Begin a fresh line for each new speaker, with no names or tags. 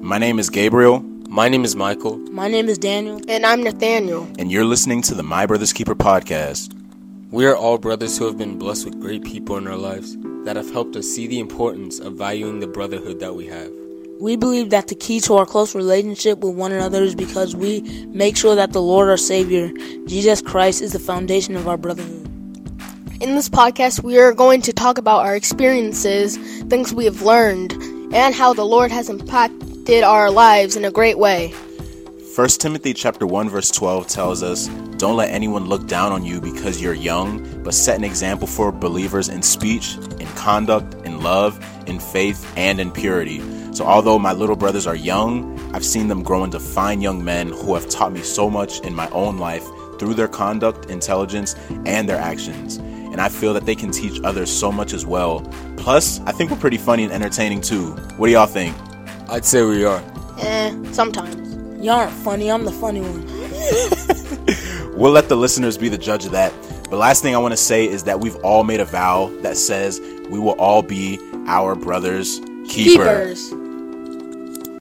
My name is Gabriel,
My name is Michael.
My name is Daniel.
And I'm Nathaniel.
and you're listening to the My Brother's Keeper podcast.
We are all brothers who have been blessed with great people in our lives that have helped us see the importance of valuing the brotherhood that we have.
We believe that the key to our close relationship with one another is because we make sure that the Lord our Savior, Jesus Christ, is the foundation of our brotherhood.
In this podcast, we are going to talk about our experiences, things we have learned, and how the Lord has impacted our lives in a great way.
1 Timothy chapter 1 verse 12 tells us, "Don't let anyone look down on you because you're young, but set an example for believers in speech, in conduct, in love, in faith, and in purity." So although my little brothers are young, I've seen them grow into fine young men who have taught me so much in my own life through their conduct, intelligence, and their actions. And I feel that they can teach others so much as well. Plus, I think we're pretty funny and entertaining too. What do y'all think?
I'd say we are.
Eh, sometimes.
Y'all aren't funny, I'm the funny one.
We'll let the listeners be the judge of that. But last thing I want to say is that we've all made a vow that says we will all be our brother's keepers.
Keepers.